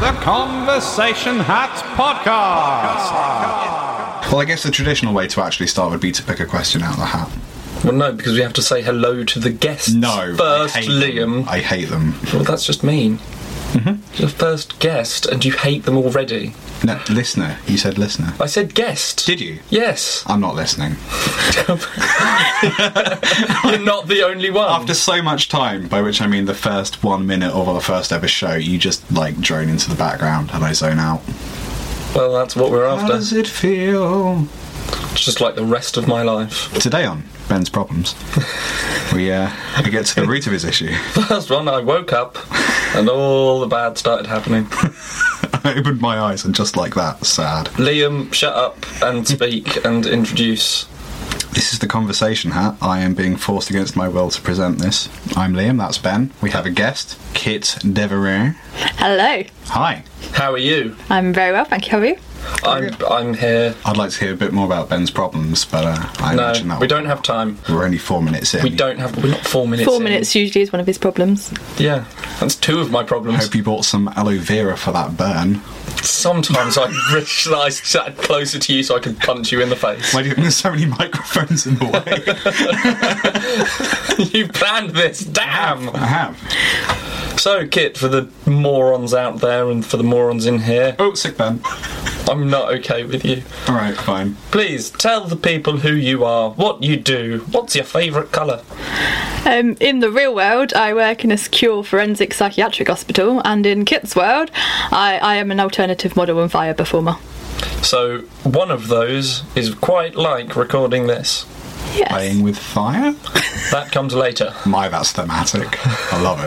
The Conversation Hat Podcast. Well, I guess the traditional way to actually start would be to pick a question out of the hat. Well, no, because we have to say hello to the guests No. first, I hate Liam. Them. Mm-hmm. I hate them. Well, that's just mean. Your first guest, and you hate them already. No, listener. You said listener. I said guest. Did you? Yes. I'm not listening. You're not the only one. After so much time, by which I mean the first one minute of our first ever show, you just like drone into the background and I zone out. well, that's what we're How after. does it feel? Just like the rest of my life. Today on Ben's Problems, we, uh, we get to the root of his issue. First one, I woke up, and all the bad started happening. I opened my eyes and just like that, sad. Liam, shut up and speak and introduce. This is the conversation hat. I am being forced against my will to present this. I'm Liam, that's Ben. We have a guest, Kit Devereux. Hello. Hi. How are you? I'm very well, thank you. How are you? I'm I'm here. I'd like to hear a bit more about Ben's problems, but uh, I No, imagine that we don't have time. We're only four minutes in. We don't have. We're not four minutes. Four in. minutes usually is one of his problems. Yeah, that's two of my I problems. hope you bought some aloe vera for that burn. Sometimes I wish I sat closer to you so I could punch you in the face. Why do you think there's so many microphones in the way? you planned this, damn! I have. So, Kit, for the morons out there and for the morons in here, Oh, sick Ben. I'm not okay with you. All right, fine. Please tell the people who you are, what you do, what's your favourite colour. Um, in the real world, I work in a secure forensic psychiatric hospital, and in Kit's world, I, I am an alternative model and fire performer. So, one of those is quite like recording this. Yes. Playing with fire? That comes later. My, that's thematic. I love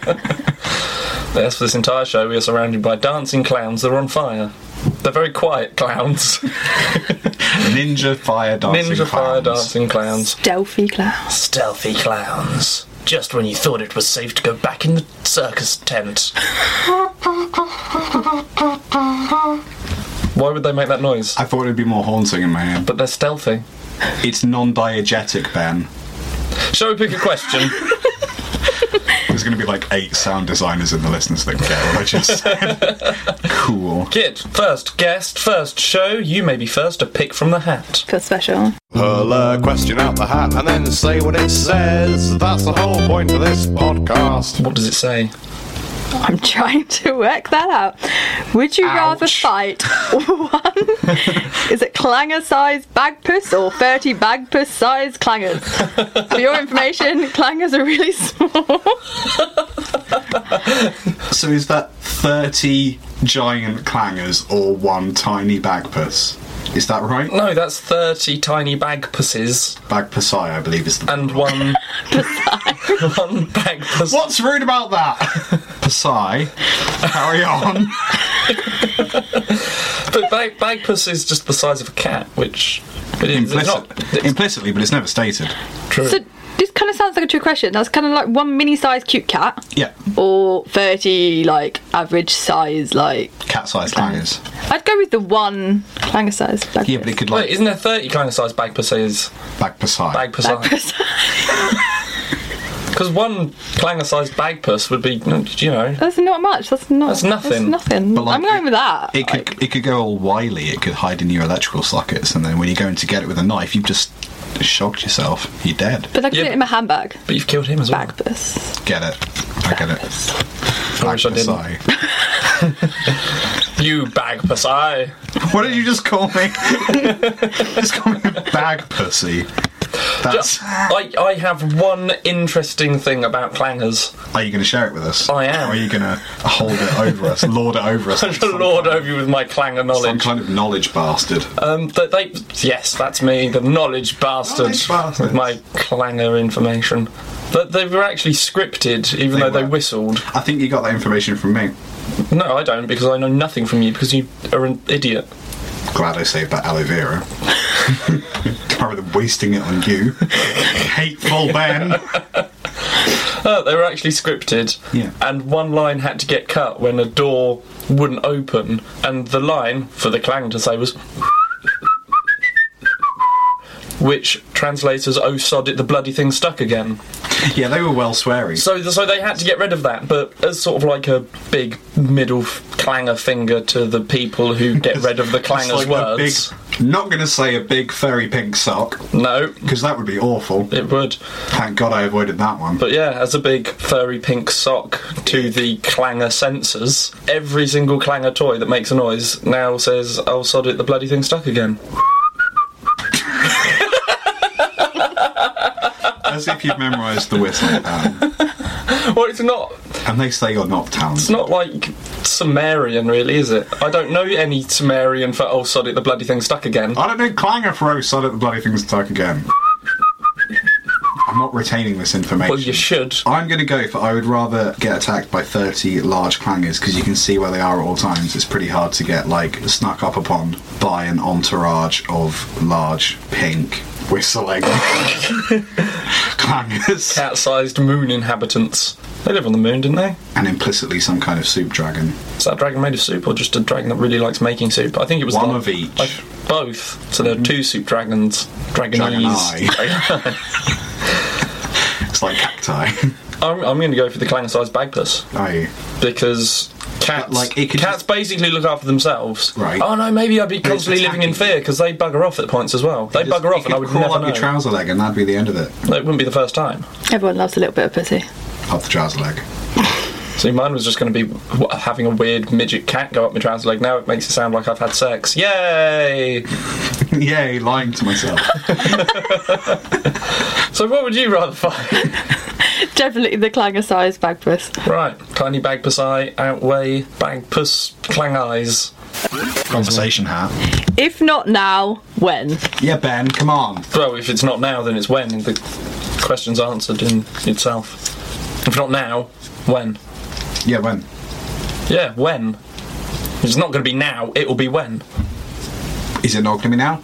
it. Yes, for this entire show, we are surrounded by dancing clowns that are on fire. They're very quiet clowns. Ninja fire dancing. Ninja fire clowns. dancing clowns. Delphi clown. Stealthy clowns. Just when you thought it was safe to go back in the circus tent. Why would they make that noise? I thought it'd be more haunting in my head. But they're stealthy. It's non-diegetic, Ben. Shall we pick a question? There's going to be like eight sound designers in the listeners that get what I just said. cool. Kid, first guest, first show, you may be first to pick from the hat. Feel special. Pull a question out the hat and then say what it says. That's the whole point of this podcast. What does it say? I'm trying to work that out. Would you rather Ouch. fight one? is it clanger size bagpuss or 30 bagpuss size clangers? For your information, clangers are really small. So is that 30 giant clangers or one tiny bagpuss? Is that right? No, that's 30 tiny bag pusses Bagpussai, I believe, is the. and one. one bag puss. What's rude about that? Passai. Carry on. But bag, bag puss is just the size of a cat, which. It is, it's Implicit, not. It's implicitly, but it's never stated. true. So this kind of sounds like a true question. That's kind of like one mini-sized cute cat, Yeah. or thirty like average size. Like Cat-sized clangers. I'd go with the one clanger size. Like, Yeah, but it could Wait, like isn't there 30 kind of size bag pusses? bagpussai. Bag puss Because one clanger sized bag puss would be, you know. that's not much. That's not. That's nothing. That's nothing. But, like, I'm going with that. it could it could go all wily. It could hide in your electrical sockets, and then when you're going to get it with a knife, you've just shocked yourself. You're dead. but I could Yeah, put it in my handbag. But you've killed him as well. Bagpuss. Get it? I get it. I wish I didn't. Bagpussai. You bag puss I. What did you just call me? just call me a bag pussy. That's. I, I have one interesting thing about clangers. Are you going to share it with us? I am. Or are you going to hold it over us, lord it over us? like The Lord over you with my clanger Some knowledge. kind of knowledge bastard. Um, that they, yes, that's me, the knowledge bastard, Knowledge bastards. with my clanger information. But they were actually scripted, even though they were. whistled. I think you got that information from me. No, I don't, because I know nothing from you, because you are an idiot. Glad I saved that aloe vera. Rather than wasting it on you. Hateful Ben. Uh, they were actually scripted, Yeah. and one line had to get cut when a door wouldn't open, and the line for the clang to say was. which translates as "Oh sod it, the bloody thing stuck again." Yeah, they were well sweary. So, so they had to get rid of that, but as sort of like a big middle f- clanger finger to the people who get rid of the It's clanger's like a big- words. not going to say a big fairy pink sock No, because that would be awful. it would. Thank God I avoided that one. But yeah, as a big furry pink sock to the clanger sensors, every single clanger toy that makes a noise now says, "Oh sod it, the bloody thing stuck again." As if you've memorised the whistle, um, Well, it's not. and they say you're not It's talented. not like Sumerian, really, is it? I don't know any Sumerian for "Oh sod it, the bloody thing stuck again." I don't know, clanger for oh, son at the bloody thing's stuck again. I'm not retaining this information. Well, you should. I'm going to go for I would rather get attacked by 30 large clangers because you can see where they are at all times. It's pretty hard to get like snuck up upon by an entourage of large pink whistling clangers Cat-sized moon inhabitants. They live on the moon, didn't they? and implicitly some kind of soup dragon. Is that a dragon made of soup or just a dragon that really likes making soup? I think it was One the- of each. I- both. So there are two soup dragons. Dragonese. Dragon eye. It's like cacti. I'm, I'm going to go for the clang-sized bagpuss are you? because cats like, it could cats just- basically look after themselves. Right. Oh no, maybe I'd be constantly living in attacking. fear because they bugger off at points as well. They bugger off, You and I could would crawl never up know. your trouser leg and that'd be the end of it. No, it wouldn't be the first time. Everyone loves a little bit of pussy. Up the trouser leg. See, mine was just going to be w- having a weird midget cat go up my trouser leg. Now it makes it sound like I've had sex. Yay! Yay, lying to myself. So what would you rather fight? Definitely the clanger sized bag puss. Right, tiny bagpuss eye outweigh bagpuss clang eyes. Conversation hat. If not now, when? Yeah, Ben, come on. Well, if it's not now, then it's when. The question's answered in itself. If not now, when? Yeah, when? Yeah, when. It's not going to be now. It will be when. Is it not going to be now?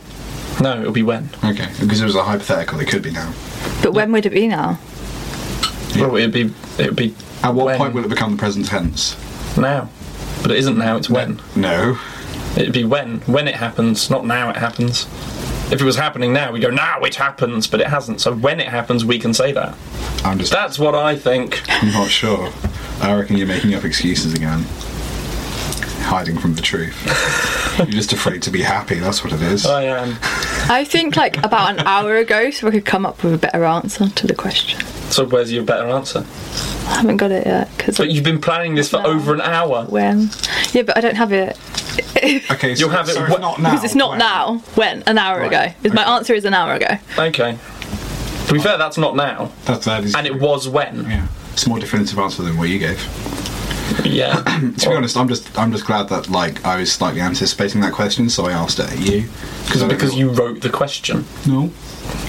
No, it'll be when. Okay, because it was a hypothetical, it could be now. But when would it be now? Well, it'd be it'd be At what when. point will it become the present tense? now? But it isn't now. It's when. No. It'd be when. When it happens, not now. It happens. If it was happening now, we go now. It happens, but it hasn't. So when it happens, we can say that. I'm just That's what I think. I'm not sure. I reckon you're making up excuses again. Hiding from the truth. you're just afraid to be happy, that's what it is. I am. I think like about an hour ago, so I could come up with a better answer to the question. So where's your better answer? I haven't got it yet because But you've been planning this for No. over an hour. when? Yeah, but I don't have it okay, so, You'll have it so wh- it's not now. because it's not when? now. When? An hour Right, ago. Is okay. my answer is an hour ago. Okay. To be fair, that's not now, That's, that is and it was when. Yeah. It's a more definitive answer than what you gave. Yeah. To be honest, I'm just I'm just glad that like I was slightly anticipating that question, so I asked it at you. Because because you wrote the question. No.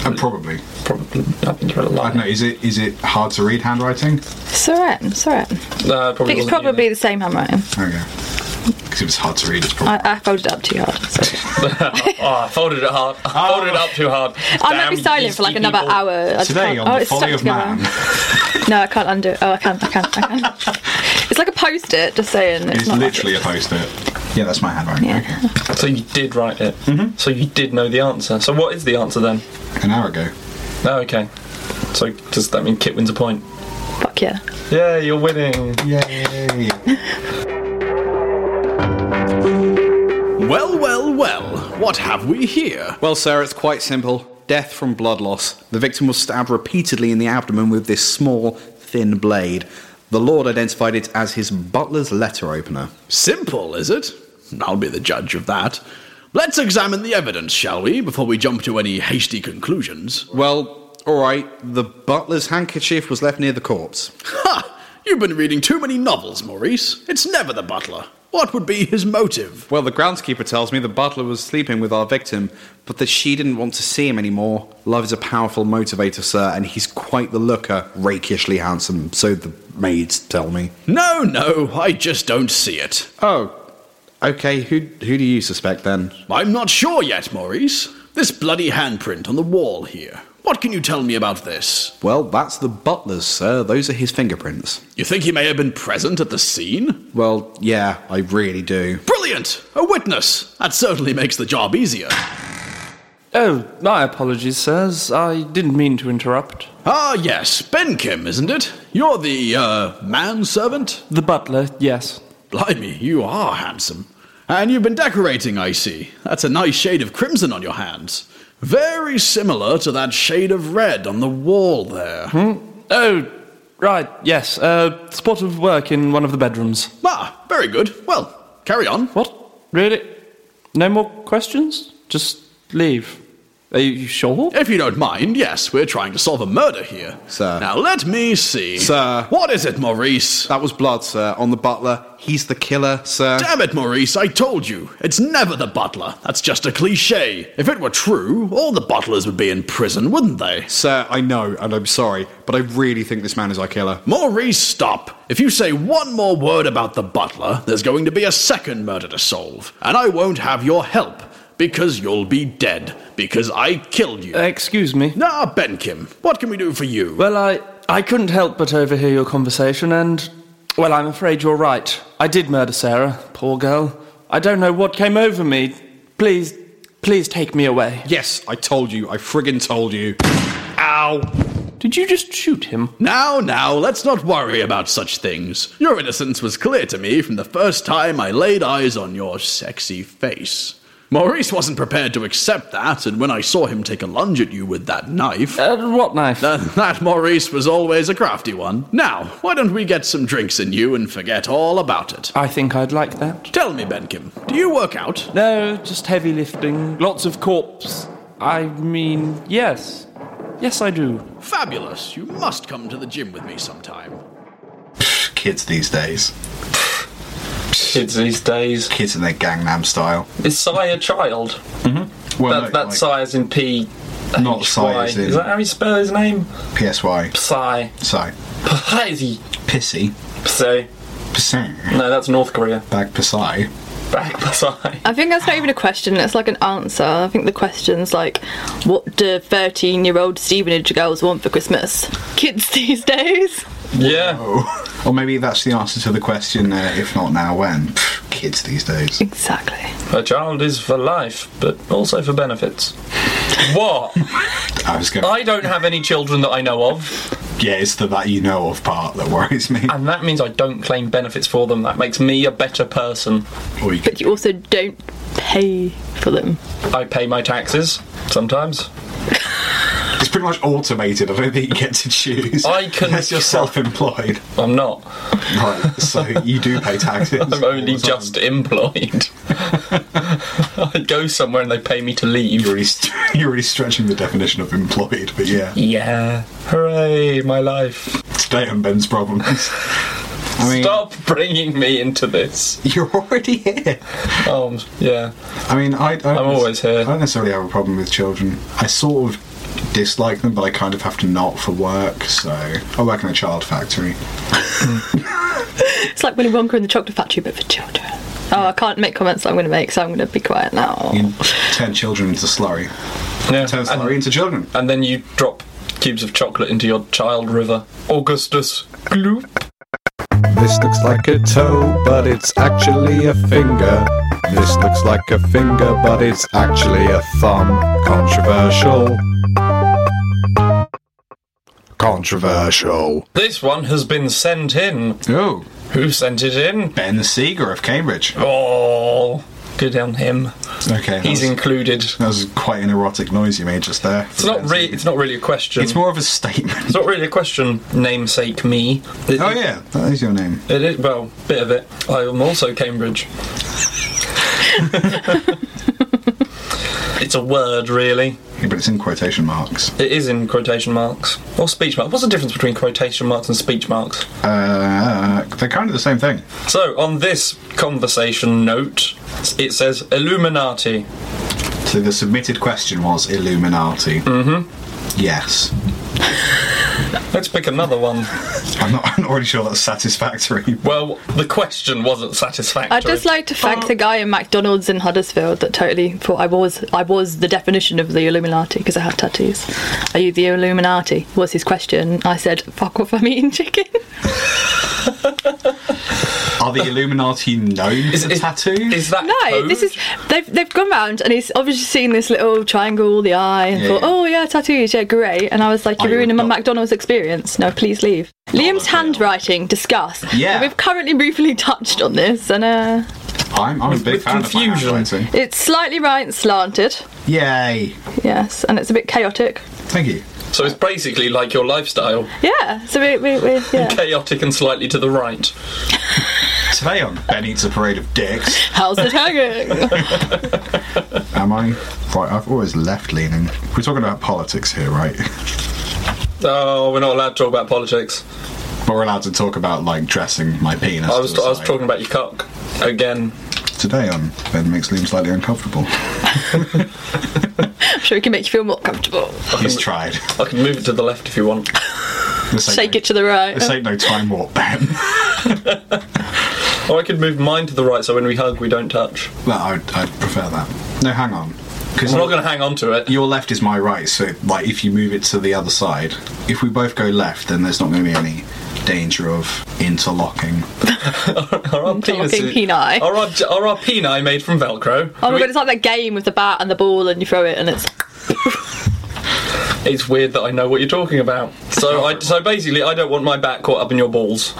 And probably. Probably. I think you're a I liar. don't know, is it is it hard to read handwriting? It's alright. It's alright. No, it I Uh, probably think it's wasn't you probably the same handwriting. Okay. Because it was hard to read, it's probably. I, I folded it up too hard. so. then. Oh, I folded it hard. I folded it up too hard. I might be silent for like another hour. I just Today can't- on oh, the it's stuck folly of together. man, No, I can't undo it. Oh, I can. I can. I can. it's like a post-it. Just saying. it's not like literally a post-it. Yeah, that's my handwriting. Yeah. Okay, So you did write it. Mm-hmm. So you did know the answer. So what is the answer then? an hour ago. Oh, okay. So does that mean Kit wins a point? Fuck yeah. Yeah, you're winning. Yay! Well, well, well. What have we here? Well, sir, it's quite simple. Death from blood loss. The victim was stabbed repeatedly in the abdomen with this small, thin blade. The Lord identified it as his butler's letter opener. Simple, is it? I'll be the judge of that. Let's examine the evidence, shall we, before we jump to any hasty conclusions. Well, all right, the butler's handkerchief was left near the corpse. Ha! You've been reading too many novels, Maurice. It's never the butler. What would be his motive? Well, the groundskeeper tells me the butler was sleeping with our victim, but that she didn't want to see him anymore. Love is a powerful motivator, sir, and he's quite the looker, rakishly handsome, so the maids tell me. No, no, I just don't see it. Oh, okay, who, who do you suspect then? I'm not sure yet, Maurice. This bloody handprint on the wall here. What can you tell me about this? Well, that's the butler's, sir. Those are his fingerprints. You think he may have been present at the scene? Well, yeah, I really do. Brilliant! A witness! That certainly makes the job easier. Oh, my apologies, sirs. I didn't mean to interrupt. Ah, yes, Ben Kim, isn't it? You're the, uh, manservant? The butler, yes. Blimey, you are handsome. And you've been decorating, I see. That's a nice shade of crimson on your hands. Very similar to that shade of red on the wall there. Hmm? Oh, right, yes. Uh, spot of work in one of the bedrooms. Ah, very good. Well, carry on. What? Really? No more questions? Just leave. Are you you sure? If you don't mind, yes, we're trying to solve a murder here. Sir. Now let me see. Sir. What is it, Maurice? That was blood, sir, on the butler. He's the killer, sir. Damn it, Maurice, I told you. It's never the butler. That's just a cliche. If it were true, all the butlers would be in prison, wouldn't they? Sir, I know, and I'm sorry, but I really think this man is our killer. Maurice, stop. If you say one more word about the butler, there's going to be a second murder to solve, and I won't have your help, because you'll be dead, because I killed you. Uh, Excuse me. Now, Benkim, what can we do for you? Well, I I couldn't help but overhear your conversation, and well, I'm afraid you're right. I did murder Sarah, poor girl. I don't know what came over me. Please, please take me away. Yes, I told you. I friggin' told you. Did you just shoot him? Now, now, let's not worry about such things. Your innocence was clear to me from the first time I laid eyes on your sexy face. Maurice wasn't prepared to accept that, and when I saw him take a lunge at you with that knife, Uh, what knife? uh, that Maurice was always a crafty one. Now, why don't we get some drinks in you and forget all about it? I think I'd like that. Tell me, Benkim, do you work out? No, just heavy lifting, lots of corpse. I mean, yes. Yes, I do. Fabulous. You must come to the gym with me sometime. Kids these days. Kids these days. Kids in their Gangnam style. Is Psy a child? Well, that, no, that's Psy as in P. Not Psy as in- Is that how you spell his name? PSY. Psy. So, Psy. pissy. Psy. Pissy. No, that's North Korea. Bag pissy. Back Psy. I think that's not even a question, it's like an answer. I think the question's like, what do 13 year old Stevenage girls want for Christmas? Kids these days? Yeah. Oh. Or maybe that's the answer to the question, uh, if not now, when? Pff, kids these days. Exactly. A child is for life, but also for benefits. What? I was going I don't have any children that I know of, Yeah, it's the that you know of part that worries me. and that means I don't claim benefits for them. That makes me a better person. Or you But you also don't pay for them. I pay my taxes sometimes. It's pretty much automated. I don't think you get to choose. I can- Unless you're self-employed. I'm not. Right, so you do pay taxes. I'm only all the time. just employed. I go somewhere and they pay me to You're leave. really, st- you're really stretching the definition of employed, but yeah. Yeah. Hooray, my life. Stay on Ben's problems. I mean, Stop bringing me into this. you're already here. Um, yeah. I mean, I, I don't I'm always here. I don't necessarily have a problem with children. I sort of dislike them, but I kind of have to not for work. So I work in a child factory. It's like Willy Wonka in the Chocolate Factory, but for children. Oh, I can't make comments that I'm going to make, so I'm going to be quiet now. You turn children into slurry. Yeah. Turn slurry And, into children. and then you drop cubes of chocolate into your child river. Augustus. Gloop. This looks like a toe, but it's actually a finger. This looks like a finger, but it's actually a thumb. Controversial. Controversial. This one has been sent in. Oh, Who sent it in? Ben Seeger of Cambridge. Oh, good on him. Okay, that He's was- included. That was quite an erotic noise you made just there. It's not really. It's not really a question. It's more of a statement. It's not really a question. Namesake me. It- Oh yeah, that is your name. It is, well, bit of it. I am also Cambridge. it's a word, really. Yeah, but it's in quotation marks. It is in quotation marks. Or speech marks. What's the difference between quotation marks and speech marks? Uh, they're kind of the same thing. So, on this conversation note, it says Illuminati. So the submitted question was Illuminati. Mm-hmm. Yes. Let's pick another one. I'm not, I'm not really sure that's satisfactory. Well, the question wasn't satisfactory. I'd just like to thank the guy in McDonald's in Huddersfield that totally thought I was I was the definition of the Illuminati because I have tattoos. Are you the Illuminati? Was his question. I said, fuck off, I'm eating chicken. Are the Illuminati known for tattoos? Is that No, code? this is they've they've gone round and he's obviously seen this little triangle, the eye, and Yeah, thought, yeah. oh yeah, tattoos, yeah, great. And I was like, Are you're you a ruining my dog? McDonald's experience. No, please leave. Liam's handwriting, disgust. Yeah. And we've currently briefly touched on this, and uh, I'm, I'm a big with fan confusion. of my handwriting. it's slightly right and slanted. Yay! Yes, and it's a bit chaotic. Thank you. so it's basically like your lifestyle, Yeah, so we, we, we yeah. chaotic and slightly to the right. Today on Ben Eats a Parade of Dicks. How's it hanging? Am I right? I've always left leaning. We're talking about politics here, right? Oh, we're not allowed to talk about politics. But we're allowed to talk about like dressing my penis. I was, to the I was side. talking about your cock again. today on Ben makes Liam slightly uncomfortable. I'm sure we can make you feel more comfortable. He's tried. I can move it to the left if you want. This ain't Shake no, it to the right. This ain't no time warp, Ben. Or I could move mine to the right so when we hug we don't touch. well, I'd, I'd prefer that. No, hang on. Because I'm not going to hang on to it. your left is my right, so like if you move it to the other side, if we both go left, then there's not going to be any danger of interlocking. Are our penises- peni. Are our, are our peni made from Velcro? Oh my god, it's like that game with the bat and the ball, and you throw it, and it's It's weird that I know what you're talking about. So, I, so basically, I don't want my back caught up in your balls.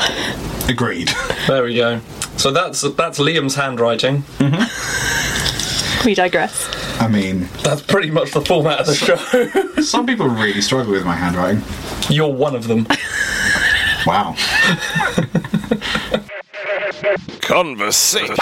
Agreed. There we go. So that's that's Liam's handwriting. we digress. I mean, That's pretty much the format of the show. some people really struggle with my handwriting. You're one of them. Wow. Conversation.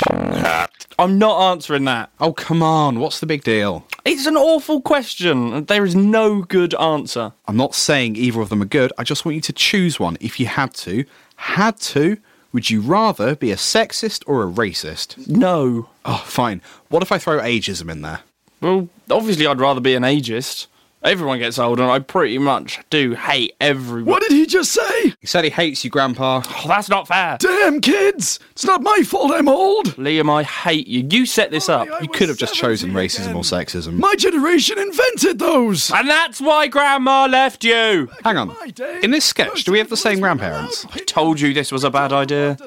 I'm not answering that. Oh, come on. What's the big deal? It's an awful question. and There is no good answer. I'm not saying either of them are good. I just want you to choose one. If you had to, had to, would you rather be a sexist or a racist? No. Oh, fine. What if I throw ageism in there? Well, obviously, I'd rather be an ageist. Everyone gets older, and I pretty much do hate everyone. What did he just say? He said he hates you, Grandpa. Oh, that's not fair. Damn kids! It's not my fault I'm old! Liam, I hate you. You set this up. I You was could have just chosen 70 racism again. or sexism. My generation invented those! And that's why Grandma left you. Hang on. My day. In this sketch, do we have the same grandparents? I told you this was a bad idea.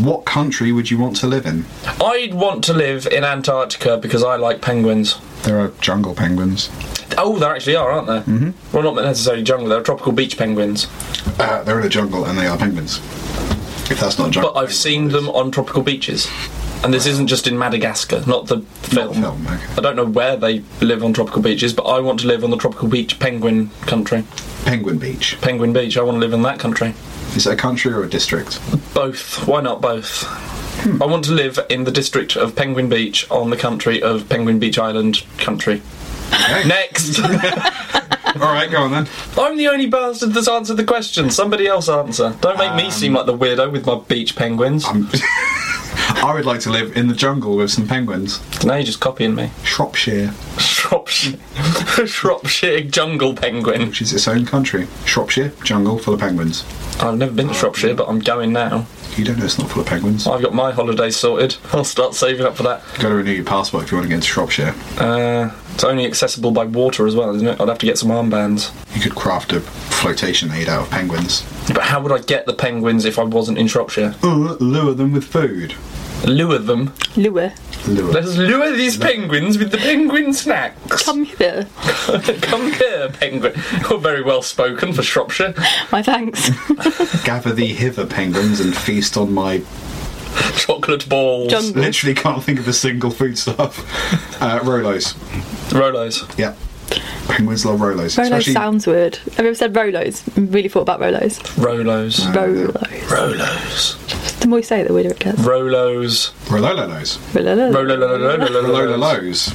What country would you want to live in? I'd want to live in Antarctica because I like penguins. There are jungle penguins. Oh, there actually are, aren't there? Mm-hmm. Well, not necessarily jungle. They're tropical beach penguins. Uh, they're in a jungle and they are penguins. If that's not a jungle. But I've seen them on tropical beaches. And this isn't just in Madagascar, not the film. film, okay. I don't know where they live on tropical beaches, but I want to live on the tropical beach penguin country. Penguin Beach. Penguin Beach, I want to live in that country. Is it a country or a district? Both. Why not both? I want to live in the district of Penguin Beach on the country of Penguin Beach Island country. Okay. Next! Alright, go on then. I'm the only bastard that's answered the question. Somebody else answer. Don't make me seem like the weirdo with my beach penguins. I'm I would like to live in the jungle with some penguins. now you're just copying me. Shropshire, Shropshire, Shropshire jungle penguin. which is its own country. Shropshire, jungle full of penguins. I've never been to Shropshire, but I'm going now. You don't know it's not full of penguins. I've got my holidays sorted. I'll start saving up for that. Got to renew your passport if you want to get into Shropshire. Uh, it's only accessible by water as well, isn't it? I'd have to get some armbands. You could craft a flotation aid out of penguins. But how would I get the penguins if I wasn't in Shropshire? Uh, lure them with food. Lure them. Lua, Lure. Let us lure these penguins with the penguin snacks. come hither. Come here, penguin. You're very well spoken for Shropshire. My thanks. Gather thee hither, penguins, and feast on my. Chocolate balls. Jungle. Literally can't think of a single foodstuff. Uh, Rolos. Rolos. Yeah. Penguins love Rolos. Rolos sounds weird. Have you ever said Rolos? Really thought about Rolos. Rolos. Rolos. Rolos. The more you say it, the weirder it gets. Rolos. Rolololos. Rololo. Rolololos.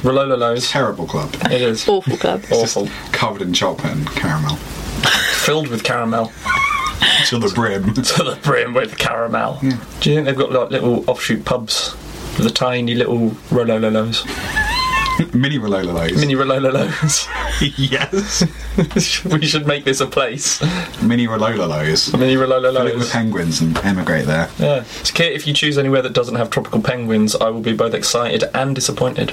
Rolololos. Rolololos. Terrible club. It is. Awful club. Oh. Awful. Covered in chocolate and caramel. Filled with caramel. To the brim. To the brim with caramel. Do you think they've got like little offshoot pubs? with The tiny little Rolololos. Mini Rolololos. Mini Rolololos. yes. we should make this a place. Mini Rolololos. Mini Live with Rolololos. penguins and emigrate there. Yeah. So, Kit, if you choose anywhere that doesn't have tropical penguins, I will be both excited and disappointed.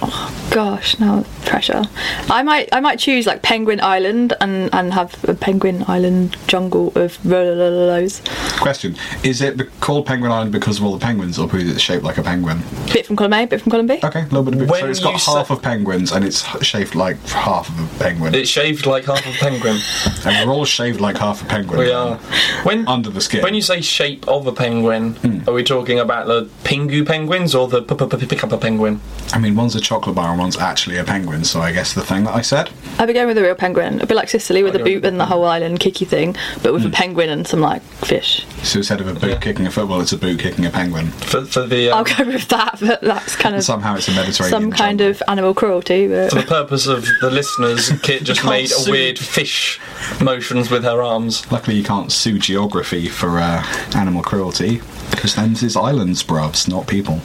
Gosh, now pressure. I might, I might choose like Penguin Island and and have a Penguin Island jungle of Rololos. Question: Is it be- called Penguin Island because of all the penguins, or because it's shaped like a penguin? Bit from column A, bit from column B. Okay, a little bit of it. When So it's got you half sa- of penguins, and it's h- shaped like half of a penguin, It's shaved like half a penguin. and we're all shaved like half a penguin. We are. When Under the skin. Hmm. When you say shape of a penguin, are we talking about the Pingu penguins or the Pickup penguin? I mean, one's a chocolate bar and one's actually a penguin, so I guess the thing that I said. I'd be going with a real penguin. I'd be like Sicily with a boot and the whole island kicky thing, but Hmm. with a penguin and some like fish. So instead of a boot kicking a football, it's a boot kicking a penguin. For, for the um, I'll go with that, but that's kind of Somehow it's a Mediterranean. some kind jungle. of animal cruelty. But for the purpose of the listeners, Kit just Can't made a sue. weird fish motions with her arms. Luckily, you can't sue geography for uh, animal cruelty because then it's islands, bruvs, not people.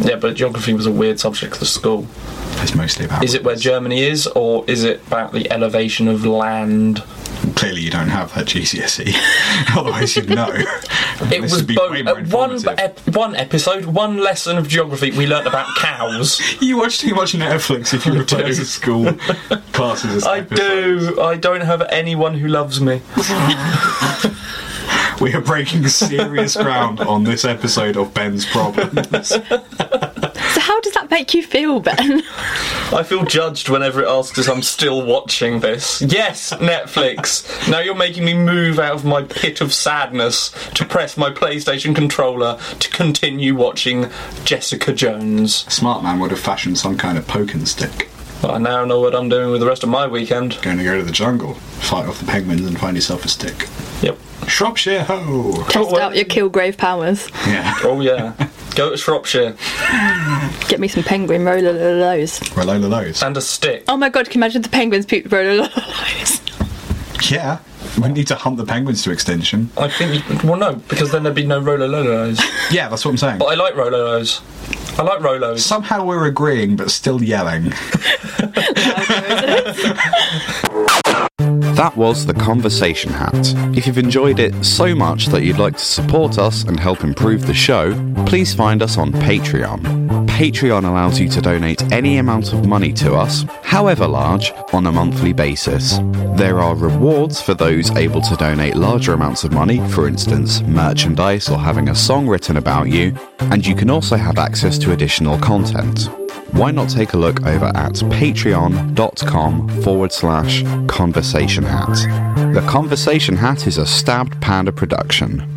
Yeah, but geography was a weird subject for school. It's mostly about. Is it where Germany is, or is it about the elevation of land? Clearly, you don't have that GCSE. E. Otherwise, you'd know. It This was would be both. way more At one, informative. ep- one episode, one lesson of geography, we learnt about cows. You watch too much Netflix if you refer to school classes. As I episodes. do. I don't have anyone who loves me. We are breaking serious ground on this episode of Ben's Problems. so how does that make you feel, Ben? I feel judged whenever it asks us I'm still watching this. Yes, Netflix. now you're making me move out of my pit of sadness to press my PlayStation controller to continue watching Jessica Jones. Smart man would have fashioned some kind of poking stick. I now know what I'm doing with the rest of my weekend. Going to go to the jungle, fight off the penguins, and find yourself a stick. Yep. Shropshire ho! Test out your Kilgrave powers. Yeah. Oh yeah. Go to Shropshire Get me some penguin roller Roll those. and a stick. Oh my god, can you imagine the penguins poop roller Yeah. We need to hunt the penguins to extinction. I think. Well, no, because then there'd be no Rolo Lolos. Yeah, that's what I'm saying. But I like Rolo Lolos. I like Rolos. Somehow we're agreeing, but still yelling. That was The Conversation Hat. If you've enjoyed it so much that you'd like to support us and help improve the show, please find us on Patreon. Patreon allows you to donate any amount of money to us, however large, on a monthly basis. There are rewards for those able to donate larger amounts of money, for instance, merchandise or having a song written about you, and you can also have access to additional content why not take a look over at patreon.com forward slash conversation hat? The Conversation Hat is a Stabbed Panda production.